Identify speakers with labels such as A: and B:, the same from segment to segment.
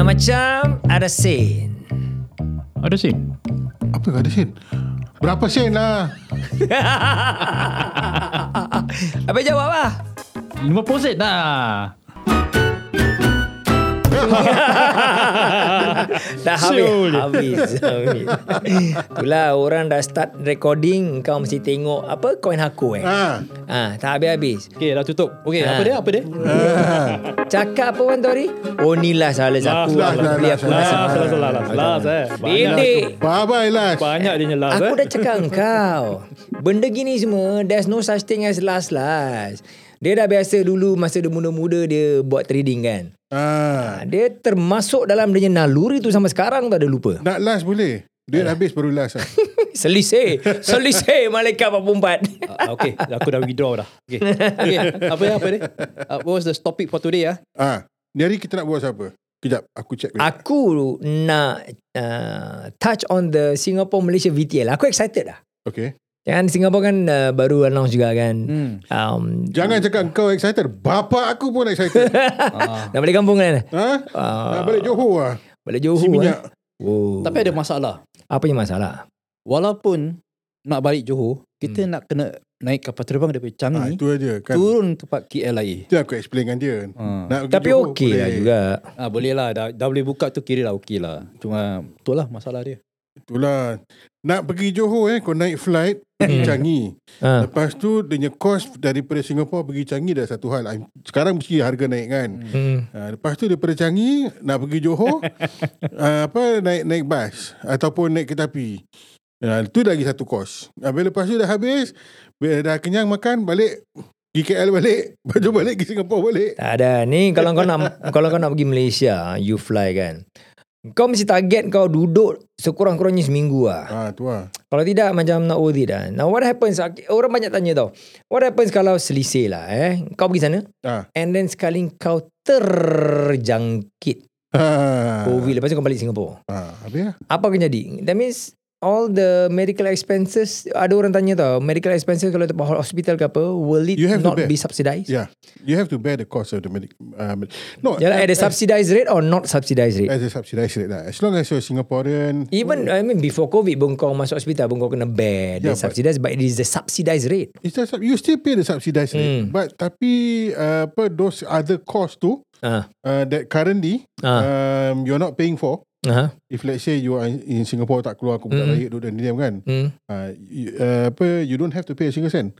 A: macam ada sen.
B: Ada scene?
C: Apa kau ada sen? Berapa sen lah?
A: Abang jawab lah.
B: 50 sen lah.
A: Dah habis
B: Siul.
A: Habis Habis Itulah orang dah start recording Kau mesti tengok Apa koin aku eh ha.
C: Ha.
A: tak habis-habis
D: Okay dah tutup Okay
A: Ha.
D: apa dia Apa dia
A: Cakap apa Wan Tori Oh ni lah salah
D: Last,
A: aku
D: last,
A: Abang Tori
C: last,
A: aku
C: last,
D: Last
A: rasa
D: Last Last Last Last, last eh
A: Pendek
C: Bye-bye lah.
D: Banyak dia punya last
A: Aku
D: eh
A: dah cakap kau Benda gini semua There's no such thing as last-last Dia dah biasa dulu Masa dia muda-muda Dia buat trading kan
C: Ha.
A: Ah, Dia termasuk dalam Dia punya naluri tu Sampai sekarang tak ada lupa
C: Nak last boleh? Duit habis baru last lah.
A: Selisih Selisih Malaikat 44
D: Ah, Okay Aku dah withdraw dah Okay, okay. Apa dia Apa dia uh, What was the topic for today ah?
C: ha. Ni hari kita nak buat apa? Kejap, aku check dulu.
A: Aku nak uh, touch on the Singapore Malaysia VTL. Aku excited lah.
C: Okay.
A: Kan Singapore kan uh, baru announce juga kan.
D: Hmm
A: Um,
C: Jangan cakap kau excited. Bapa aku pun excited.
D: ah.
A: nak balik kampung kan?
C: ha? Nak
A: Uh,
C: balik Johor lah.
A: balik Johor.
C: Si minyak.
A: Eh. Oh.
D: Tapi ada masalah
A: apa yang masalah?
D: Walaupun Nak balik Johor Kita nak kena Naik kapal terbang daripada
C: Ha,
A: Hmm.
D: Changi
C: itu aja kan.
D: Turun ke Pak KLIA
C: Itu aku explain dengan dia.
D: Ah.
C: Nak pergi
A: Tapi
C: Johor
A: okey
C: boleh.
A: lah juga.
D: Ah boleh lah dah, dah boleh buka tu kira lah okey lah. Cuma tu lah masalah dia.
C: Itulah. Nak pergi Johor eh, kau naik flight pergi
A: Hmm.
C: Changi.
A: Ha.
C: Lepas tu dia punya cost daripada Singapura pergi Changi dah satu hal. I'm- Sekarang mesti harga naik kan.
A: Hmm.
C: Ha, lepas tu daripada Changi nak pergi Johor uh, apa naik naik bas ataupun naik kereta api. Ha, itu lagi satu kos. Ha, bila lepas tu dah habis, bila dah kenyang makan balik pergi KL balik, baju balik pergi Singapura balik.
A: Tak ada. Ni kalau kau nak kalau kau nak pergi Malaysia, you fly kan. Kau mesti target kau duduk sekurang-kurangnya seminggu lah.
C: Ha tu lah.
A: Kalau tidak macam not worth it lah. Now what happens, orang banyak tanya tau. What happens kalau selisih lah eh. Kau pergi sana
C: Ah.
A: and then sekali kau terjangkit
C: Ha.
A: COVID. Lepas tu kau balik Singapura.
C: Ha, habis lah.
A: Apa akan jadi? That means all the medical expenses, ada orang tanya tau, medical expenses kalau tempat hospital ke apa, will it
C: You have to
A: not
C: bear.
A: be subsidized?
C: Yeah. You have to bear the cost of the medic. Uh, med- no.
A: Yalah, at a
C: as,
A: subsidized rate or not subsidized rate?
C: as a subsidized rate lah. As long as you're Singaporean.
A: Even, I mean, before COVID, pun kau masuk hospital, pun kau kena bear the
C: Yeah, but-
A: subsidized, but it is the subsidized rate.
C: It's just, you still pay the subsidized rate.
A: Hmm.
C: But tapi uh, apa those other cost tu
A: Ah,
C: uh, that currently
A: ah,
C: um, you're not paying for.
A: ah,
C: If let's say you are in Singapore tak keluar aku
A: Mm.
C: budak mm. duduk dan diam kan.
A: hmm.
C: Uh, you, uh, apa you don't have to pay a single cent.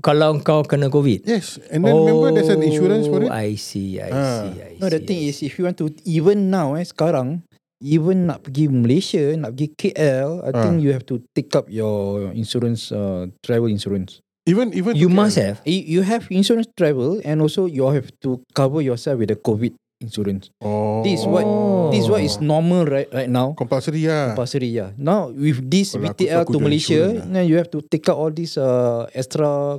A: Kalau kau kena COVID.
C: Yes. And then oh, remember there's an insurance for it.
A: Oh, I see, I
C: Ah.
A: see, I see.
D: No the thing is if you want to even now eh sekarang even nak pergi Malaysia nak pergi KL I
C: Ah.
D: think you have to take up your insurance uh, travel insurance.
C: Even even
A: you
C: to
A: must
C: get-
A: have.
D: You you have insurance travel and also you have to cover yourself with the COVID insurance.
C: Oh.
D: This is what this is what is normal right right now.
C: compulsory lah.
D: Compulsory yeah. Now with this
C: Kalau aku tu,
D: VTL
C: aku
D: to
C: dah
D: Malaysia,
C: insurance lah.
D: then you have to take out all these uh, extra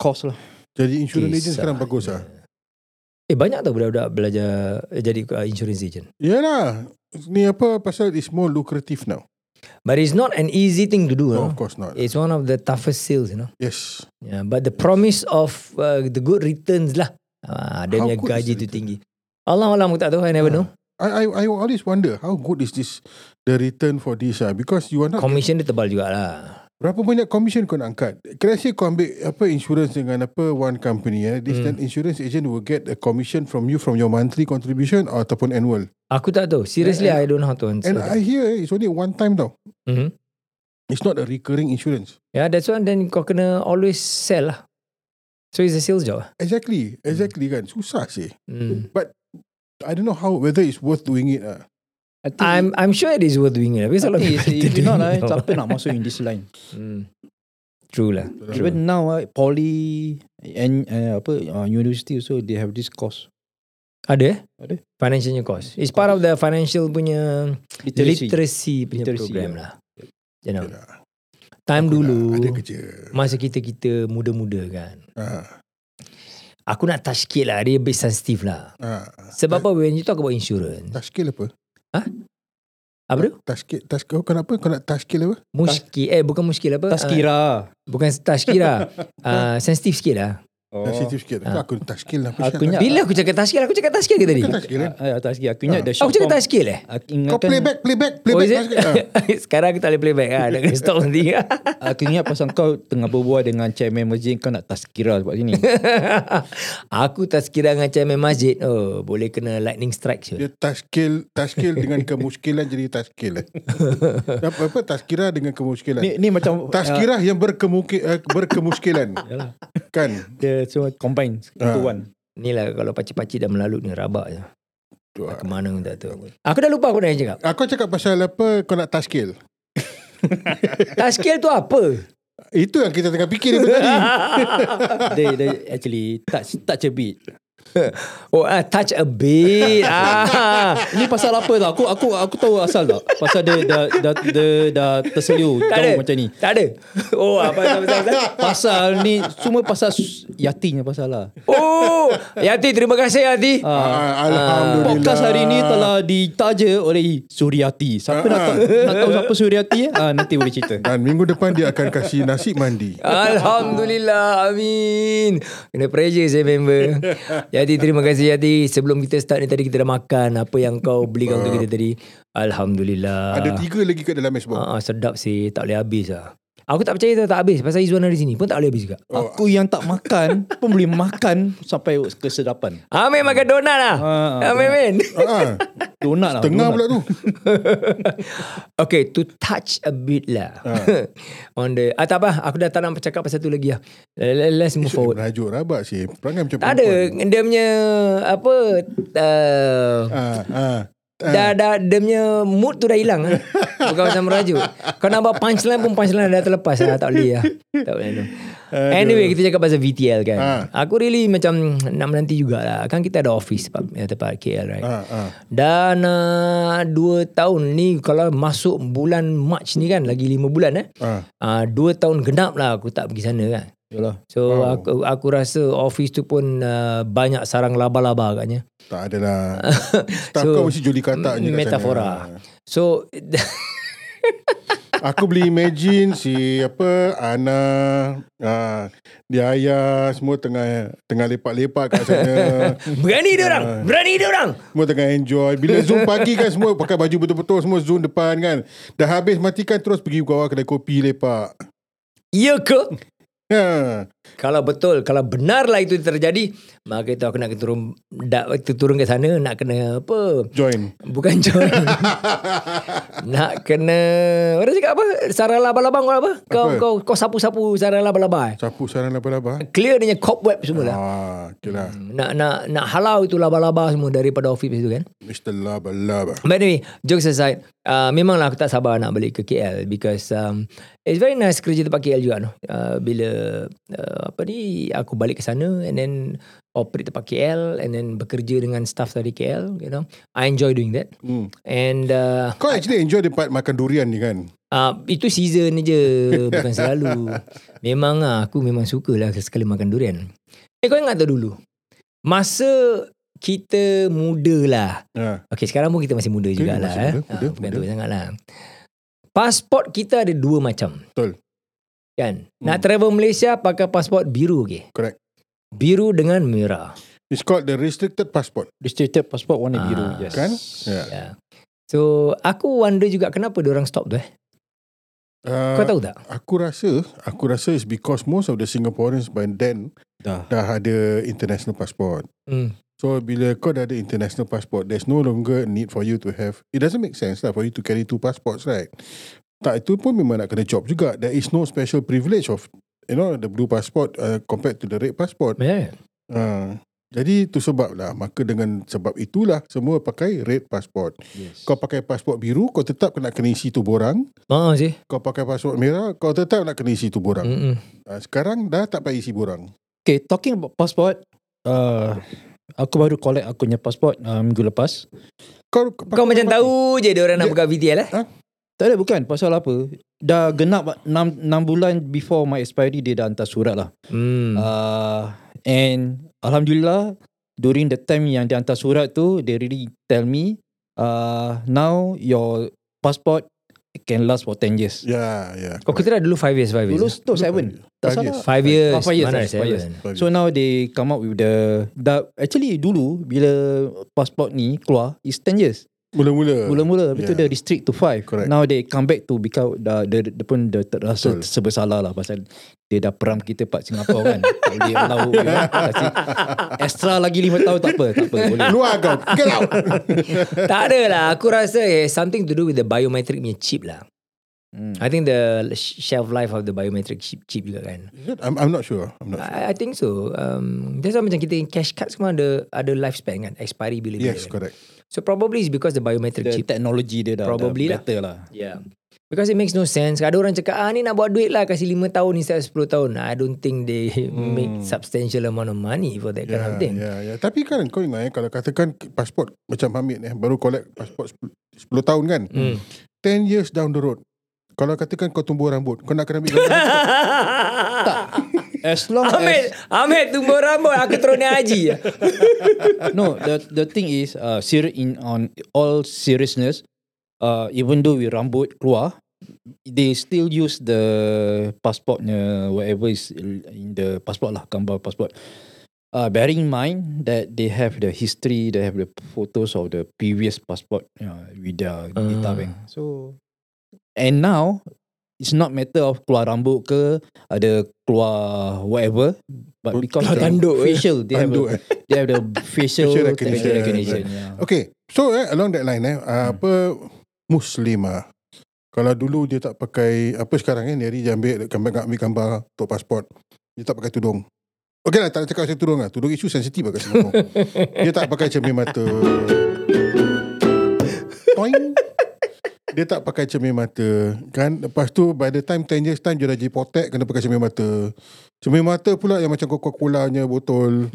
D: cost lah.
C: Jadi insurance agent
A: Kisah.
C: sekarang bagus lah.
A: Eh banyak tau budak-budak belajar eh, jadi uh, insurance agent.
C: Yalah. Ni apa pasal it's more lucrative now.
A: But it's not an easy thing to do. No,
C: No, of course not.
A: It's one of the toughest sales, you know.
C: Yes.
A: Yeah, but the promise of uh, the good returns lah. Ah, dia
C: How
A: punya
C: good is
A: gaji tu
C: the return? Ah,
A: tinggi. Allah Allah aku tak tahu I never know.
C: I, I I always wonder how good is this the return for this ah because you are not
A: Commission dia tebal lah. jugalah.
C: Berapa banyak commission kau nak angkat? Kena say kau ambil apa insurance dengan apa one company eh. This
A: Hmm.
C: then insurance agent will get a commission from you from your monthly contribution or ataupun annual.
A: Aku tak tahu. Seriously,
C: And-
A: I don't know how to answer.
C: And
A: that.
C: I hear eh, it's only one time tau.
A: Mhm.
C: It's not a recurring insurance.
A: Yeah, that's why then kau kena always sell lah. So it's a sales job. lah.
C: Exactly, exactly kan. Susah sih.
A: Mm.
C: I don't know how whether it's worth doing it ah.
D: I think
A: I'm I'm sure it is worth doing it. Tapi
D: I
A: kalau
D: think it's, if
A: doing it,
D: not lah,
A: no.
D: siapa nak masuk in this line?
A: Hmm. True lah. True.
D: Even now, ah, poly and uh, apa uh, university also they have this course.
A: Ada eh?
D: Ada.
A: Financialnya course. It's part of the financial punya literacy,
D: Literacy.
A: punya
D: Literacy,
A: program lah. You know.
C: Yalah.
A: Time
D: lah.
A: dulu.
C: Ada kerja.
A: Masa kita-kita muda-muda kan.
C: Ah,
A: Aku nak touch sikit lah. Dia lebih sensitif lah.
C: ah.
A: Sebab apa when you talk about insurance.
C: Tashkil apa?
A: Apa tu?
C: Tashkil, tashkil. Oh, kenapa? Kau nak tashkil apa?
A: Oh. Muskil. Eh bukan muskil apa.
D: Tazkira.
A: Uh, bukan tashkira. uh, sensitif sikit lah.
C: Oh. Sensitif sikit. Ha. Aku tashkil lah.
D: Aku ingat-
A: Bila aku cakap taskil Aku cakap taskil ke tadi?
C: Kau tashkil eh?
D: Ah, ah, tak sikit. Aku ingat the short
A: Aku cakap
D: form.
A: taskil eh?
D: Aku kan,
C: Kau
D: ingatkan
C: playback, playback,
A: Oh
C: playback.
A: is it?
C: taskil. Ah.
A: Sekarang aku tak boleh playback ah. Dah kena stop nanti
D: Aku ingat pasal kau tengah berbual dengan chairman masjid kau nak tazkirah sebab sini.
A: Aku taskirah dengan chairman masjid Oh boleh kena lightning strike je
C: Dia tashkil, tashkil dengan kemuskilan jadi tashkil. Eh. apa, apa tazkirah dengan kemuskilan?
D: ni ni macam ah,
C: Tazkirah yang berkemuki, uh, berkemuskilan. kan?
D: dia semua combine
C: Ah.
D: into one.
A: Ni lah kalau pacik-pacik dah melalut ni Rabak je
C: Tu, ah.
A: Ke mana pun tak tahu Aku dah lupa aku nak cakap
C: Aku cakap pasal apa kau nak tashkil.
A: Taskil Ah, tu apa?
C: Itu yang kita tengah fikir daripada tadi.
D: They, they actually touch touch a bit.
A: Oh ah, touch a bit ah.
D: Ni pasal apa tau? Aku aku aku tahu asal tak? Pasal dia dah dah dah, dah terselio
A: Tak ada Ah.
D: jauh macam ni.
A: Tak ada Oh apa apa, apa, apa.
D: Pasal ni semua pasal s- yatinya pasal lah.
A: Oh Yati terima kasih Yati
C: Ah, Alhamdulillah.
D: Podcast hari ni telah ditaja oleh Suriati. Siapa
C: Ah.
D: nak tahu, nak tahu siapa Suriati? eh? Ah nanti boleh cerita.
C: Dan minggu depan dia akan kasih nasi mandi.
A: Ah. Alhamdulillah Amin Kena pressure saya member Yati terima kasih Yati Sebelum kita start ni tadi kita dah makan Apa yang kau belikan untuk kita tadi Alhamdulillah
C: Ada tiga lagi kat dalam mesbah.
A: Ah, ah, Sedap sih Tak boleh habis lah Aku tak percaya tau tak habis Pasal Izzuan ada di sini pun tak boleh habis juga
C: Oh.
D: Aku yang tak makan pun boleh makan sampai kesedapan.
A: Amin makan donat lah
D: Ah,
A: Amin Amin
C: Ah,
D: Donat lah. donat.
C: tengah pula tu.
A: Okay to touch a bit lah On the ah, Tak apa Aku dah tak nak cakap pasal tu lagi lah Let- Let's move forward
C: Rajuk rabak sih. Perangai macam
A: Oh. Tak ada Dia punya Apa uh,
C: Ah, ah.
A: dah, dah Dia punya mood tu dah hilang ah. Bukan macam merajuk Kau nampak punchline pun Punchline dah terlepas lah. Tak boleh lah Tak boleh tu Anyway kita cakap pasal VTL kan
C: Ah.
A: Aku really macam Nak menanti jugalah Kan kita ada office Tempat, tempat KL right
C: Ah, ah.
A: Dan uh, dua tahun ni kalau masuk bulan Mac ni kan lagi lima bulan eh.
C: Ah.
A: Uh, dua tahun genap lah aku tak pergi sana kan.
D: Yalah.
A: So
C: Wow.
A: aku aku rasa office tu pun uh, banyak sarang laba-laba agaknya.
C: Tak adalah. Staff
A: So,
C: kau mesti joli katak je kat sana.
A: Metafora. So
C: Aku boleh imagine si apa Ana, ah, dia ayah semua tengah tengah lepak-lepak kat sana.
A: berani dia
C: Ah.
A: orang, berani dia orang.
C: Semua tengah enjoy Bila Zoom pagi kan Semua pakai baju betul-betul Semua Zoom depan kan Dah habis matikan Terus pergi bawah kedai kopi lepak
A: Ya ke?
C: Ya
A: Kalau betul, kalau benarlah itu terjadi, maka itu aku nak turun dak kita turun ke sana nak kena apa?
C: Join
A: Bukan join. Nak kena Orang cakap apa Sarang laba-laba kau apa Kau
C: Apa?
A: kau, kau sapu-sapu Sarang laba-laba eh?
C: Sapu sarang laba-laba
A: Clear dia punya cobweb semua lah
C: Ah, okay lah
A: nak, nak, nak halau itu laba-laba semua Daripada office itu kan
C: Mr. Laba-laba
A: By the way Jokes aside uh, Memanglah aku tak sabar Nak balik ke KL Because um, It's very nice kerja tempat KL juga no? uh, Bila uh, Apa ni Aku balik ke sana And then Operate tempat KL And then bekerja dengan staff dari KL You know I enjoy doing that
C: hmm.
A: And uh,
C: Kau actually enjoy the part makan durian ni kan
A: Uh, itu season je Bukan selalu Memang lah Aku memang suka lah Sekali makan durian Eh kau ingat tak dulu Masa Kita muda lah
C: ha.
A: Okay sekarang pun kita masih muda
C: Okay,
A: jugalah
C: masih
A: eh.
C: muda, muda,
A: Ah, Bukan
C: muda.
A: tua sangat lah Pasport kita ada dua macam
C: Betul. Hmm.
A: Kan Nak travel Malaysia Pakai pasport biru okay
C: Correct.
A: Biru dengan merah
C: It's called the restricted passport
D: Restricted passport
A: Ah,
D: warna biru. Yes.
C: kan? Ya.
A: yeah. So Aku wonder juga Kenapa orang stop tu eh
C: uh,
A: Kau tahu tak
C: Aku rasa Aku rasa it's because Most of the Singaporeans by then
D: Dah.
C: Dah ada international passport
A: Hmm.
C: So bila kau dah ada international passport, there's no longer a need for you to have. It doesn't make sense lah for you to carry two passports, right? Tak itu pun memang nak kena job juga. There is no special privilege of you know the blue passport uh, compared to the red passport.
A: yeah.
C: Uh, jadi tu sebab lah. Maka dengan sebab itulah semua pakai red passport.
D: Yes.
C: Kau pakai passport biru, kau tetap nak kena isi tu borang.
A: Haa sih
C: Kau pakai passport merah, kau tetap nak kena isi tu borang.
A: Mm-mm.
C: Uh, sekarang dah tak payah isi borang.
D: Okay, talking about passport. Uh, aku baru collect aku punya passport uh, minggu lepas.
C: Kau, kau,
A: Kau macam
C: pakai-
A: tahu je dia orang nak
C: Dia-
A: buka VTL eh.
D: Tak ada bukan pasal apa. Dah genap 6, 6 bulan before my expiry dia dah hantar surat lah.
A: Hmm.
D: Uh, and Alhamdulillah during the time yang dia hantar surat tu they really tell me uh, now your passport can last for 10 years.
C: Ya, ya.
A: Oh, kita dah dulu 5 years, 5
D: Dulu
A: years.
D: tu 7. Tak
C: Five
D: salah.
C: years.
A: 5 years.
D: Oh, five years,
A: Mana
D: eh, five years.
A: ada 7?
D: So now they come up with the, the actually dulu bila passport ni keluar is 10 years.
C: Mula-mula.
D: Mula-mula yeah. itu
C: yeah.
D: dia restrict to 5.
C: Correct.
D: Now they come back to become the, the, the pun dia terasa
C: Betul.
D: sebersalah lah pasal dia dah peram kita part Singapura kan. tak boleh allow kasi extra lagi 5 tahun tak apa, tak apa boleh.
C: Keluar kau. Get out.
A: tak ada lah. Aku rasa eh, something to do with the biometric punya chip lah.
D: Hmm.
A: I think the sh- shelf life of the biometric chip, chip juga kan.
C: I'm, I'm not sure. I'm not sure.
A: I, I think so. Um, that's why macam kita cash card semua ada ada lifespan kan. Expiry bila-bila.
C: Yes,
A: kan.
C: correct.
A: So probably it's because the biometric
D: The
A: chip.
D: technology dia dah,
A: Probably lah.
D: dah better lah.
A: Yeah. Because it makes no sense. Ada orang cakap, ah ni nak buat duit lah kasih 5 tahun instead of 10 tahun. I don't think they
C: Hmm.
A: make substantial amount of money for that kind
C: Ya,
A: of thing.
C: ya, ya. Tapi kan kau ingat eh, kalau katakan pasport macam Hamid eh, baru collect pasport 10, 10 tahun kan.
A: Hmm.
C: 10 years down the road. Kalau katakan kau tumbuh rambut, kau nak kena ambil gambar.
D: As long
A: Ahmed,
D: as
A: Ahmed tumbuh rambut aku terus ni haji.
D: no, the the thing is, uh, ser- in on all seriousness, uh, even though we rambut keluar, they still use the passportnya whatever is in the passport lah, gambar passport. Uh, bearing in mind that they have the history, they have the photos of the previous passport uh, with their data
A: Ah.
D: bank. So, and now it's not matter of keluar rambut ke ada keluar whatever, but because
A: Keluar
D: the
A: tanduk eh.
D: facial they have a
C: Tanduk eh.
D: They have the facial
C: Facial recognition.
D: recognition. recognition. Yeah.
C: Okay. So eh, along that line eh, uh, apa muslimah. Kalau dulu dia tak pakai apa sekarang eh Neri dia ambil gambar ambil gambar untuk pasport. Dia tak pakai tudung. Okey lah tak nak cakap pasal tudung lah. Tudung isu sensitif lah kat Singapura. dia tak pakai cermin mata. Toing. Dia tak pakai cermin mata kan lepas tu by the time 10 years time dia dah jadi potek kena pakai cermin mata. Cermin mata pula yang macam Coca-Cola nya botol.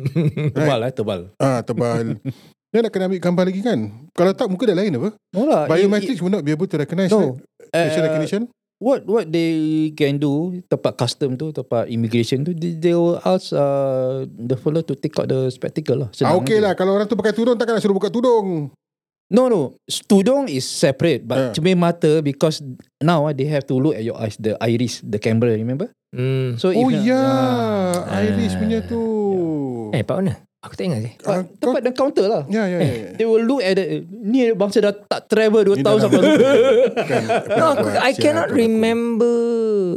D: Tebal eh, tebal.
C: Ah tebal. Dia nak kena ambil gambar lagi kan. Kalau tak muka dah lain apa.
D: No lah. it-
C: Biometrics will not be able to
D: it-
C: recognize right?
D: No.
C: facial
D: Uh,
C: recognition.
D: what what they can do tempat custom tu tempat immigration tu they, they will ask uh, the fellow to take out the spectacle lah
C: Ah,
D: Senang
C: okay
D: je.
C: lah. Kalau orang tu pakai tudung takkan nak suruh buka tudung.
D: no no tudung is separate
C: Ah.
D: but cermin mata because now ah, they have to look at your eyes the iris the camera remember
A: hmm.
D: so
C: Oh
D: if,
C: ya. Yeah. Iris
A: Ah.
C: punya tu.
A: Eh, part mana? Aku tak ingat sih.
C: Ah,
D: uh,
C: kau,
D: tempat dan counter lah
C: ya ya ya.
D: they will look at the ni bangsa dah tak travel 2
C: Ni
D: tahun
C: dah
D: sampai
C: lama.
D: lupa.
C: Kan,
A: No, aku, I cannot remember.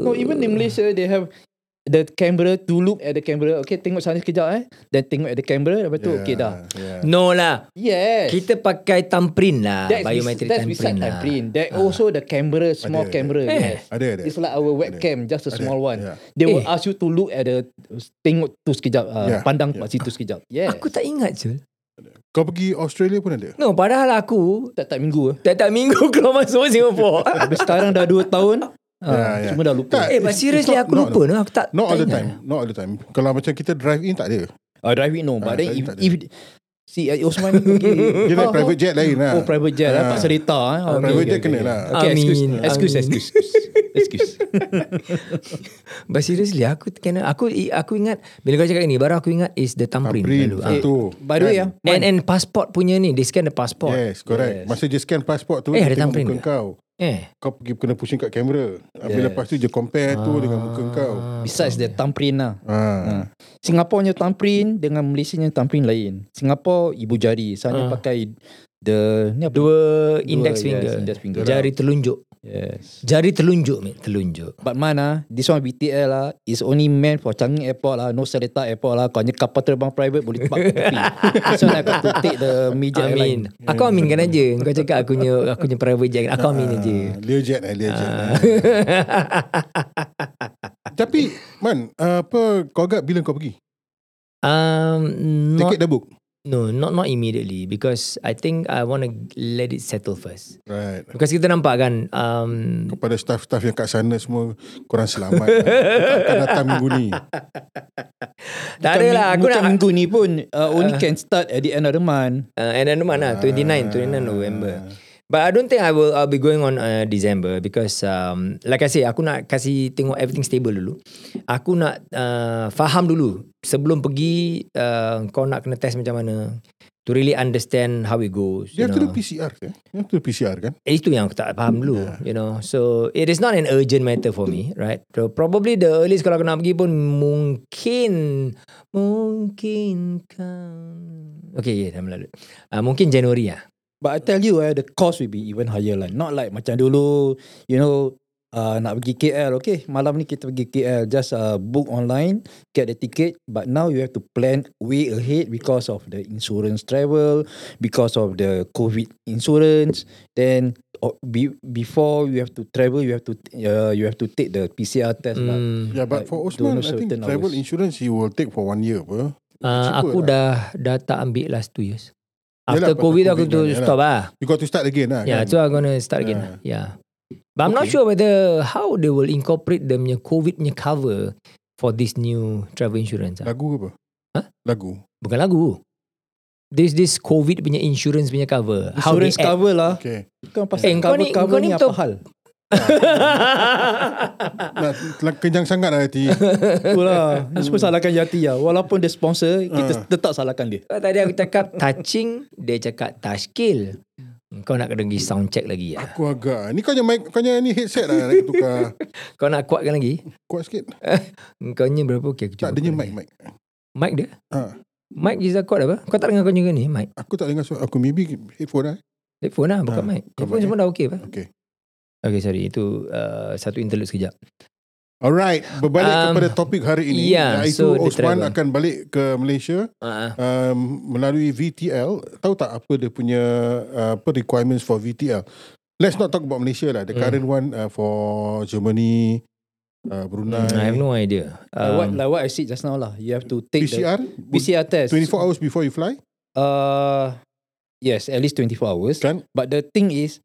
D: No, even in Malaysia they have the camera to look at the camera. Okay, tengok sana sekejap eh. Then tengok at the camera, lepas
C: Ya,
D: tu yeah. okay dah.
C: Yeah.
A: No lah.
D: Yes.
A: Kita pakai thumbprint lah.
D: Eh. that's
A: biometric
D: that's
A: thumbprint
D: beside
A: lah.
D: thumbprint. That also the camera, small
C: Ah. Ada, ada.
D: camera.
A: Eh.
D: Yes.
C: Ada ada.
D: It's like our webcam, just a
C: Ada,
D: small one.
C: yeah.
D: They will
A: Eh.
D: ask you to look at the tengok tu sekejap, uh,
C: Yeah,
D: pandang
C: yeah.
D: kat situ sekejap. Yeah.
A: Aku tak ingat je.
C: Kau pergi Australia pun ada.
A: No, padahal aku
D: tak tak minggu. eh.
A: tiap-tiap minggu keluar masuk Singapore.
D: Habis sekarang dah 2 tahun. Uh,
C: Yeah, yeah.
D: Semua dah lupa.
C: Tak.
A: eh, but
C: It's-
A: seriously
C: it's not-
A: aku
C: not-
A: lupa. No, aku tak
C: Not
A: tak
C: all the
A: ingat.
C: time. Not all the time. Kalau macam kita drive in tak ada.
D: Uh, driving no,
C: Ah,
D: but then
C: driving
D: if,
C: tak ada.
D: if si eh, Osman ni pergi
C: Dia
D: How-
C: naik
D: how-
C: private jet lain lah.
D: Oh private jet lah
C: Ah.
D: Tak selita eh.
C: Ah,
D: Okay,
C: private
D: okay,
C: jet
D: okay.
C: kena lah.
D: Okay excuse
A: Amin,
D: Excuse
A: amin.
D: excuse Excuse
A: But seriously, aku kena aku aku ingat bila kau cakap ni baru aku ingat is the thumbprint.
C: Print
A: dulu.
C: Ah, satu.
D: By the way
C: Kan?
D: ah,
A: Ah. And and passport punya ni, they scan the passport.
C: Yes,
D: Yes.
C: correct. Masa dia scan passport tu,
A: Eh, ada
C: dia tengok
A: thumbprint
C: muka
A: ke?
C: kau.
A: Eh.
C: Kau pergi kena pusing kat kamera. Habis
D: Yes.
C: lepas tu dia compare tu
A: Ah.
C: dengan muka kau.
D: Besides the thumbprint lah
C: Ha.
D: Ah. Singapore punya thumbprint Dengan Malaysia punya thumbprint lain Singapore ibu jari
A: Ah.
D: Sana pakai The Ni apa
A: dua index
D: yes,
A: finger.
D: index finger.
A: Jari telunjuk.
D: Yes
A: Jari telunjuk mate, telunjuk.
D: But mana This one BTL lah Is only meant for Changi Airport lah No Seletar Airport lah Kau hanya kapal terbang private Boleh tepat kat tepi So I got to take the Major airline
A: Amin. Aku aminkan aja. Kau cakap aku punya aku punya private jet. Aku amin
C: Ah.
A: aja.
C: Learjet lah, Learjet. lah.
A: Ah.
C: Tapi, Man, apa, kau agak bila kau pergi?
A: Um not
C: Tiket dah book?
A: no not not immediately because I think I want to let it settle first.
C: Right.
A: Because kita nampak kan um
C: Kepada staff-staff yang kat sana semua, korang selamat. lah. Takkan datang minggu ni.
A: tak ada lah aku
D: Macam
A: nak Ah.
D: minggu ni pun uh, Only can start At the end of the month
A: Uh, and then mana?
D: Ah.
A: 29, 29 November. But I don't think I will. I'll be going on uh, December because, um, like I say, aku nak kasih tengok everything stable dulu. Aku nak uh, faham dulu sebelum pergi uh, kau nak kena test macam mana. to really understand how it goes. you
D: Ya,
C: Dia have to do
A: know.
C: PCR kan? You have to do PCR kan?
A: Eh, Itu yang aku tak faham dulu You know So it is not an urgent matter for me Right So probably the earliest Kalau aku nak pergi pun Mungkin Mungkin kan Okay yeah dah melalui uh, Mungkin Januari lah
D: But I tell you eh, the cost will be even higher lah. Not like macam dulu, you know, uh, nak pergi KL, okay, malam ni kita pergi KL, just uh, book online, get the ticket. But now you have to plan way ahead because of the insurance travel, because of the COVID insurance. Then or be, before you have to travel, you have to uh, you have to take the PCR test mm. lah.
A: hmm,
C: Yeah, but
D: Like,
C: for
D: don't know
C: Osman, I think
D: certain
C: travel
D: hours.
C: insurance he will take for one year apa.
A: uh, Aku dah Dah tak ambil last 2 years After
C: Yelah, lah. pasal
A: COVID aku
C: COVID
A: tu
C: dah, yalah.
A: stop lah
C: You got to start again lah
A: Yeah,
C: kan?
A: so I'm gonna start again. lah. Yeah. But I'm not
C: Okay.
A: sure whether how they will incorporate the punya COVID punya cover for this new travel insurance. ah.
C: Lagu ke apa?
A: Huh?
C: Lagu.
A: Bukan lagu. This this COVID punya insurance punya cover. how they
D: Insurance
A: act.
D: cover lah.
C: Okay.
D: Bukan pasal
A: Eh, kau
D: cover
A: ni-
D: cover
A: kau ni
D: ni apa
A: betul-
D: hal?
C: Nak, nak kenyang sangat lah hati.
D: Itulah. Semua salahkan Yati lah. Walaupun dia sponsor, kita
C: Ah.
D: tetap salahkan dia.
A: Tadi aku cakap touching, dia cakap tashkil. Kau nak kena pergi sound check lagi ya.
C: Aku agak. Ni kau punya mic, kau punya ni headset lah nak tukar.
A: Kau nak kuatkan lagi?
C: Kuat sikit.
A: Kau ni berapa? Okay, aku cuba
C: Tak, adanya
A: kuat
C: mic,
A: lagi.
C: mic.
A: Mic dia?
C: Ha.
A: Mic Giza kuat apa? Kau tak dengar kau juga ni, mic?
C: Aku tak dengar suara. Aku maybe headphone lah.
A: Telefon lah bukan
C: Ah,
A: mic.
C: bukan
A: Telefon
C: mic,
A: semua dah okey apa?
C: Okey.
A: Okay sorry itu uh, satu interlude sekejap.
C: Alright, berbalik
A: Um,
C: um, kepada topik hari ini
A: yeah, so
C: iaitu
A: the
C: Osman
A: travel.
C: akan balik ke Malaysia
A: Uh,
C: um, melalui VTL. Tahu tak apa dia punya uh, apa requirements for VTL? Let's not talk about Malaysia lah. The
A: Hmm.
C: current one uh, for Germany, uh, Brunei,
A: Hmm, I have no idea.
D: Like Ah, what,
A: Um,
D: like what I said just now lah. You have to take the
C: PCR,
D: PCR test.
C: 24 hours before you fly.
D: Uh, yes, at least 24 hours.
C: Kan?
D: But the thing is,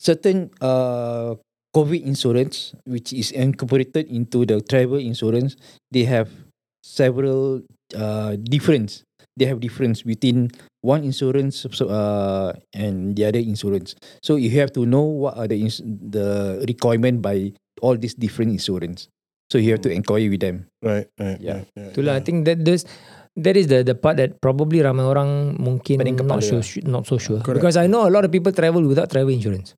D: certain uh, COVID insurance, which is incorporated into the travel insurance, they have several uh, difference. They have difference within one insurance so, uh, and the other insurance. So you have to know what are the ins- the requirement by all these different insurance. So you have
C: Hmm.
D: to inquire with them.
C: Right, right.
D: Yeah.
C: right, right,
A: Ya. itulah I think that this that is the the part that probably ramai orang mungkin
D: Pening
A: not
D: kepala
A: so
D: lah.
A: su- not so sure
C: Correct.
A: because I know a lot of people travel without travel insurance.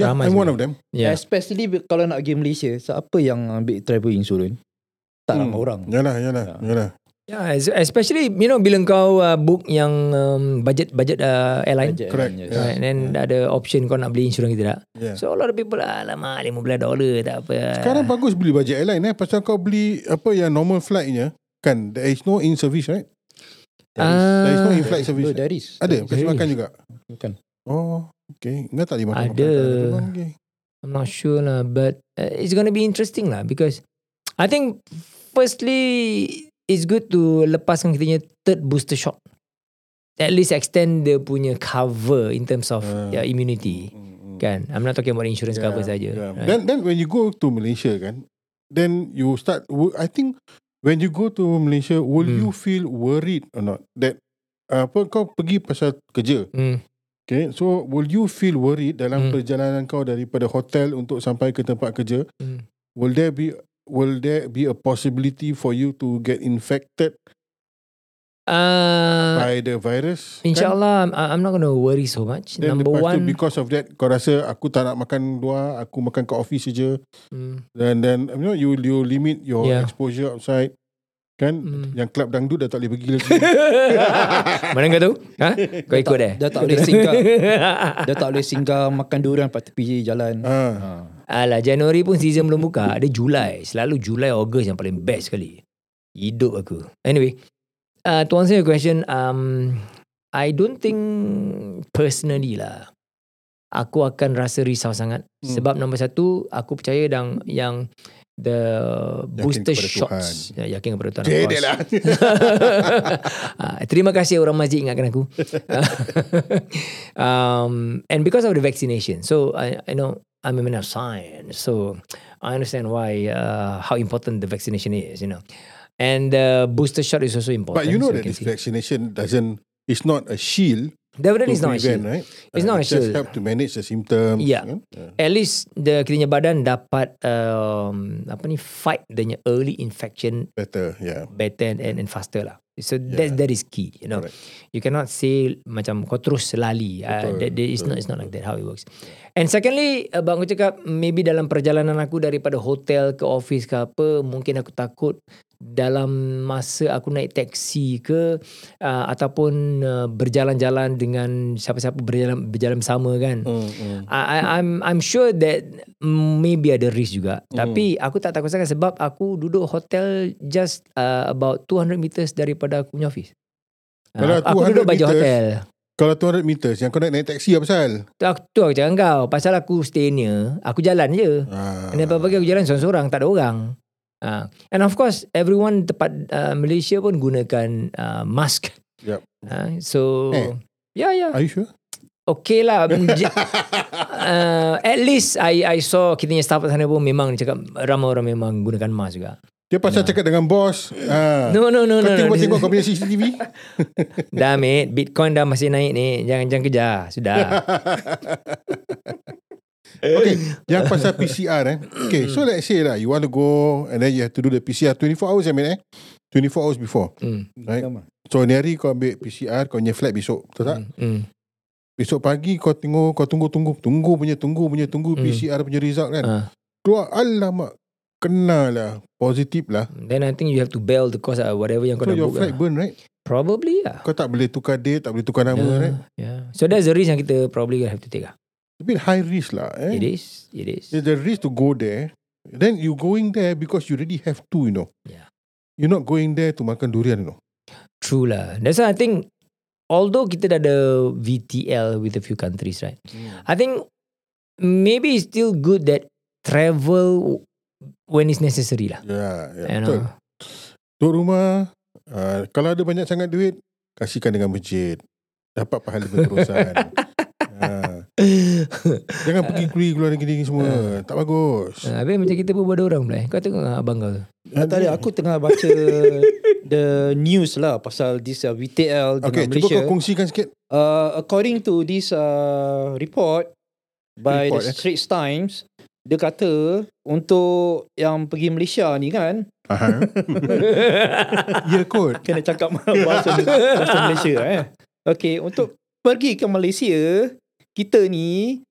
C: Yeah,
A: Ramai
C: I'm one
A: sebenarnya.
C: of them.
A: Yeah.
D: Especially be- kalau nak pergi Malaysia, siapa yang ambil travel insurance? Tak ramai
C: Hmm.
D: orang.
C: Yalah, yalah,
D: Yeah.
C: yalah.
A: Yeah, es- especially you know bila kau uh, book yang um, budget budget uh, airline
D: Budget,
C: Correct.
D: yes.
A: Right, and then ada option kau nak beli insurans ke tidak.
C: Yeah.
A: So a lot of people alamak 15 dolar tak apa.
C: Sekarang bagus beli budget airline eh pasal kau beli apa yang normal flightnya kan there is no in service right? There is no
A: ah,
C: in flight service.
D: No, Oh, there is.
C: Ada
A: There
C: kasih makan juga.
D: Bukan.
C: Oh, okay. Enggak tak dimakan.
A: Ada.
C: Okay.
A: I'm not sure lah, but uh, it's gonna be interesting lah because I think firstly it's good to lepaskan kita punya third booster shot. At least extend dia punya cover in terms of
C: Ah.
A: yeah, immunity. Kan? I'm not talking about insurance
C: Yeah,
A: cover saja.
C: Yeah.
A: Right?
C: Ya, Then then when you go to Malaysia kan, then you start wo- I think when you go to Malaysia will
A: Hmm.
C: you feel worried or not that uh, apa kau pergi pasal kerja.
A: mm.
C: Okay, so will you feel worried
A: Hmm.
C: dalam perjalanan kau daripada hotel untuk sampai ke tempat kerja?
A: Hmm.
C: Will there be will there be a possibility for you to get infected
A: Uh,
C: by the virus? Kan?
A: InsyaAllah I'm, I'm not going to worry so much
C: Then
A: Number
C: lepas
A: one
C: tu because of that kau rasa aku tak nak makan luar, aku makan kat office je.
A: mm,
C: Then then you know you you limit your
A: Yeah.
C: exposure outside. Kan?
A: Hmm.
C: Yang club dangdut dah tak boleh pergi lagi.
A: Mana kau tahu? Ha? Kau ikut eh?
D: Dia tak boleh singgah. dia tak boleh singgah makan durian kat tepi jalan.
C: ha.
D: Ha.
A: Alah Januari pun season belum buka Dia Julai Selalu Julai Ogos yang paling best sekali Hidup aku Anyway uh, To answer your question um, I don't think Personally lah Aku akan rasa risau sangat hmm.
C: Hmm.
A: Sebab nombor satu Aku percaya yang, yang The booster
C: kepada
A: shots Ya, Yakin kepada Tuhan of
C: Dia
A: course.
C: dia lah.
A: Ah, terima kasih orang masjid ingatkan aku. um, and because of the vaccination, so I, I know I'm a man of science, so I understand why uh, how important the vaccination is, you know. And the booster shot is also important.
C: But you know
A: so
C: that
A: can
C: this
A: see.
C: vaccination doesn't it's not a shield
A: definitely
C: to
A: is not a shield.
C: prevent, right? Uh,
A: It's not a
C: it just
A: shield.
C: help to manage the symptoms.
A: Yeah.
C: Kan?
A: At least the kita punya badan dapat um, apa ni fight the early infection
C: Better, yeah.
A: better and, and faster lah. So yeah. that that is key, you know. Correct. You cannot say macam kau terus lali. Uh,
C: Betul,
A: that, that is
C: betul,
A: not it's not like that how it works. And secondly, abang aku cakap maybe dalam perjalanan aku daripada hotel ke office ke apa, mungkin aku takut dalam masa aku naik taksi ke uh, ataupun uh, berjalan-jalan dengan siapa-siapa berjalan berjalan bersama kan.
C: Mm, mm.
A: I, I- I'm I'm sure that maybe ada risk juga.
C: Hmm.
A: Mm. Tapi aku tak takut sangat sebab aku duduk hotel just uh, about 200 meters daripada aku punya office.
C: Kalau
A: Uh, aku
C: 200
A: duduk baju
C: meters,
A: hotel.
C: Kalau 200 meters Yang kau nak naik taksi apa pasal?
A: Tu aku, tu aku cakap dengan kau. Pasal aku stay near, aku jalan je.
C: Ah.
A: And then pagi-pagi aku jalan seorang-seorang, tak ada orang. Uh, and of course, everyone tempat uh, Malaysia pun gunakan uh, mask.
C: Yup.
A: Uh, so, ya,
C: Eh.
A: yeah, yeah.
C: Are you sure?
A: Okay lah J- uh, At least I I saw Kita punya staff kat sana pun Memang dia cakap Ramai orang memang Gunakan mask juga
C: Dia pasal cakap dengan bos ah.
A: No no no no,
C: Kau
A: no,
C: tengok tengok
A: no.
C: kau punya CCTV
A: Dah mate Bitcoin dah masih naik ni Jangan jangan kejar Sudah
C: Ya. Okay Yang pasal PCR eh Okay so let's say lah You want to go And then you have to do the PCR 24 hours I mean eh 24 hours before
A: mm,
C: Right. So ni hari kau ambil PCR Kau punya flight besok Betul tak?
A: mm, mm.
C: Besok pagi kau tengok Kau tunggu-tunggu Tunggu punya tunggu punya tunggu
A: Hmm.
C: PCR punya result kan
A: Ah.
C: Keluar Alamak Kena lah Positif lah
A: Then I think you have to bail The cost uh, Whatever yang kau
C: So
A: nak
C: your
A: book
C: flight
A: lah.
C: burn right?
A: Probably lah
C: Kau tak boleh tukar date Tak boleh tukar nama
A: yeah,
C: right?
A: yeah. So that's the risk Yang kita probably Have to take lah
C: A bit high risk lah eh?
A: It is It is
C: There's a risk to go there. Then you going there because you already have to, you know.
A: Yeah.
C: You're not going there to makan durian, you know.
A: True lah. That's why I think although kita dah ada VTL with a few countries right.
C: Hmm.
A: I think maybe it's still good that travel when it's necessary lah.
C: Ya, yeah, yeah,
A: You
C: betul.
A: know.
C: Duduk rumah, uh, kalau ada banyak sangat duit, kasihkan dengan masjid. Dapat pahala berterusan. uh, jangan
D: Ah.
C: pergi kuliah keluar negeri ni semua. tak bagus.
A: Uh, habis macam kita pun ada orang pula. eh. Kau tengok dengan abang kau tu.
C: Uh,
D: Tak ada, aku tengah baca the news lah pasal this uh, VTL dengan
C: Okay, cuba
D: Malaysia.
C: kau kongsikan sikit.
D: Uh, according to this uh, report by the
C: Report, eh?
D: Straits Times, dia kata untuk yang pergi Malaysia ni kan,
C: Aha. ya kot.
D: kena cakap bahasa, bahasa Malaysia eh. Okay, untuk pergi ke Malaysia, kita ni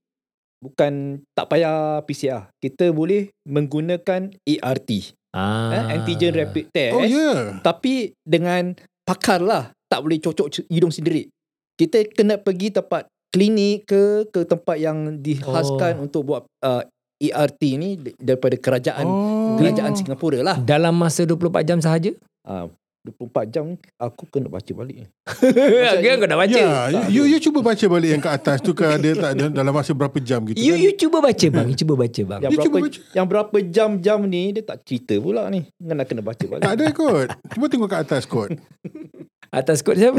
D: bukan tak payah PCR. Kita boleh menggunakan ART,
A: Ah.
D: eh, antigen rapid test.
C: Oh, yeah.
D: Tapi dengan pakar lah. Tak boleh cocok hidung sendiri. Kita kena pergi tempat klinik ke ke tempat yang dihaskan oh. untuk buat uh, ERT ni daripada kerajaan oh.
C: Oh.
D: kerajaan Singapura lah.
A: Dalam masa 24 jam sahaja?
D: Uh, 24 jam aku kena baca balik.
A: Kau kau dah baca.
C: Ya, yeah, you, you cuba baca balik yang kat atas tu ke ada tak ada dalam masa berapa jam gitu
A: You
C: kan?
A: you cuba baca bang, you cuba baca bang.
D: Yang
C: Dia Ya, cuba
D: berapa
C: baca.
D: yang berapa jam-jam ni dia tak cerita pula ni. Kena kena baca balik.
C: Tak ada kot. Cuba tengok kat atas kot.
A: Atas kod siapa?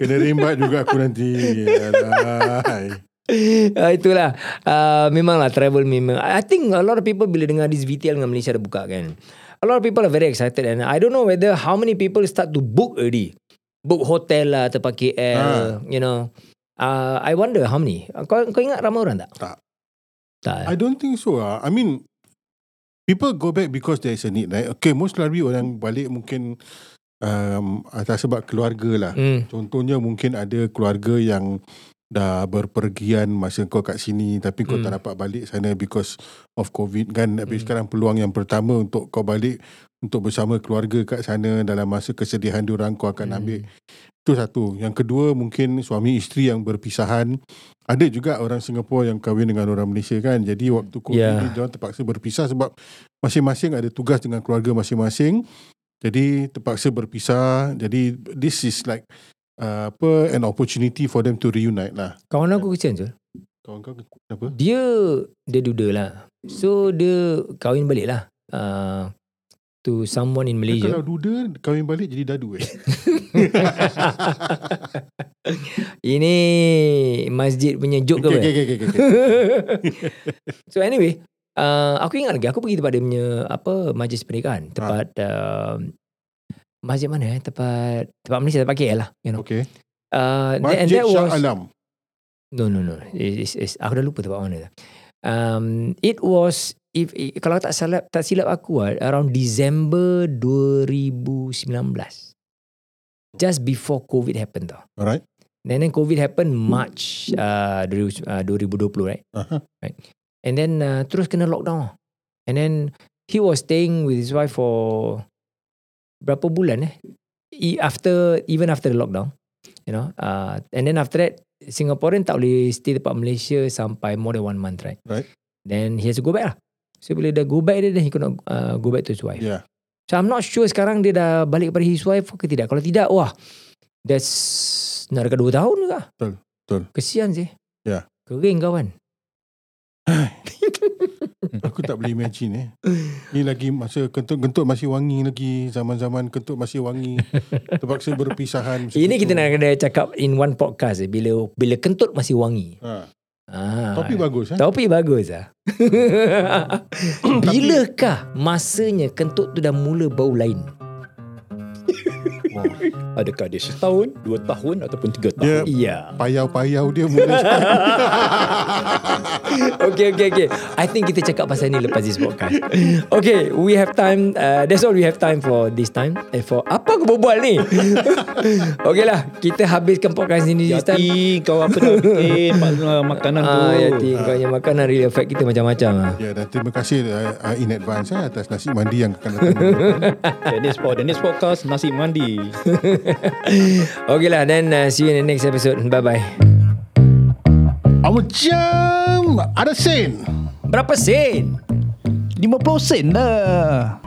C: Kena rembat juga aku nanti. Alai.
A: uh, itulah uh, memanglah travel memang I I think a lot of people bila dengar this VTL dengan Malaysia dah buka kan a lot of people are very excited and I don't know whether how many people start to book already book hotel lah tempat KL
C: Ah.
A: you know uh, I wonder how many kau, kau ingat ramai orang tak?
C: Tak.
A: tak eh?
C: I don't think so lah. I mean, people go back because there is a need, right? Okay, most likely orang balik mungkin um, atas sebab keluarga lah.
A: mm.
C: Contohnya mungkin ada keluarga yang dah berpergian masa kau kat sini tapi kau
A: Hmm.
C: hmm. tak dapat balik sana because of COVID kan. Tapi
A: Hmm.
C: hmm. sekarang peluang yang pertama untuk kau balik untuk bersama keluarga kat sana dalam masa kesedihan diorang kau akan hmm. ambil. Itu satu. Yang kedua mungkin suami isteri yang berpisahan. Ada juga orang Singapura yang kahwin dengan orang Malaysia kan. Jadi waktu COVID
A: Yeah.
C: yeah. ni diorang terpaksa berpisah sebab masing-masing ada tugas dengan keluarga masing-masing. Jadi terpaksa berpisah. Jadi this is like uh, apa an opportunity for them to reunite lah.
A: kawan aku kesian tu
C: Kawan kau kenapa?
A: dia dia duda lah so dia kahwin balik lah uh, to someone in
C: Dia
A: Malaysia
C: Kan kalau duda kahwin balik jadi dadu eh.
A: Ini masjid punya joke okay,
C: okay,
A: ke apa?
C: okay, okay, okay, okay.
A: so anyway, uh, aku ingat lagi aku pergi tempat dia punya apa majlis pernikahan,
C: Ha.
A: tempat uh, masjid mana eh? Tempat tempat Malaysia tempat KL lah, you know.
C: okay.
A: Uh, th- and that
C: Masjid
A: was
C: Shah Alam.
A: no no no. It's, it's, it's, aku dah lupa tempat mana. dah. um, it was if, if kalau tak silap tak silap aku ah, around December 2019 just before COVID happened tau
C: Alright.
A: and then COVID happened March uh, 2000, uh, 2020 right
C: Aha.
A: and then uh, terus kena lockdown and then he was staying with his wife for berapa bulan eh E- after even after the lockdown you know uh, and then after that Singaporean tak boleh stay dekat Malaysia sampai more than one month right
C: Right.
A: then he has to go back lah so bila dia go back dia then he could not uh, go back to his wife
C: Yeah.
A: So I'm not sure sekarang dia dah balik kepada his wife ke tidak. Kalau tidak, wah. That's nak dekat 2 tahun ke? lah.
C: Betul, betul.
A: Kesian sih.
C: Ya.
A: Kering kawan.
C: Aku tak boleh imagine eh. Ni lagi masa kentut-kentut masih wangi lagi. Zaman-zaman kentut masih wangi. Terpaksa berpisahan. macam
A: Ini kita
C: tu.
A: nak kena cakap in one podcast eh. Bila bila kentut masih wangi.
C: Ha.
A: Ah.
C: Topi bagus eh.
A: Topik bagus lah. Bilakah masanya kentut tu dah mula bau lain?
D: Adakah dia setahun, dua tahun ataupun tiga tahun?
C: Dia
A: Ya.
C: payau-payau dia mula.
A: okay, okay, okay. I think kita cakap pasal ni lepas this podcast. Okay, we have time. Uh, that's all we have time for this time. Eh, for apa aku berbual ni? okay lah, kita habiskan podcast ni this time.
D: Yati, kau apa dah bikin pak- makanan tu?
A: Ah, Yati, kau punya makanan really affect kita macam-macam lah.
C: ya, dan terima kasih uh, uh, in advance eh, atas nasi mandi yang akan datang.
D: The next, pod, the next podcast, nasi mandi.
A: Okay lah, then uh, see you in the next episode. Bye-bye.
C: Awak jam ada sen.
A: Berapa sen?
B: 50 sen lah.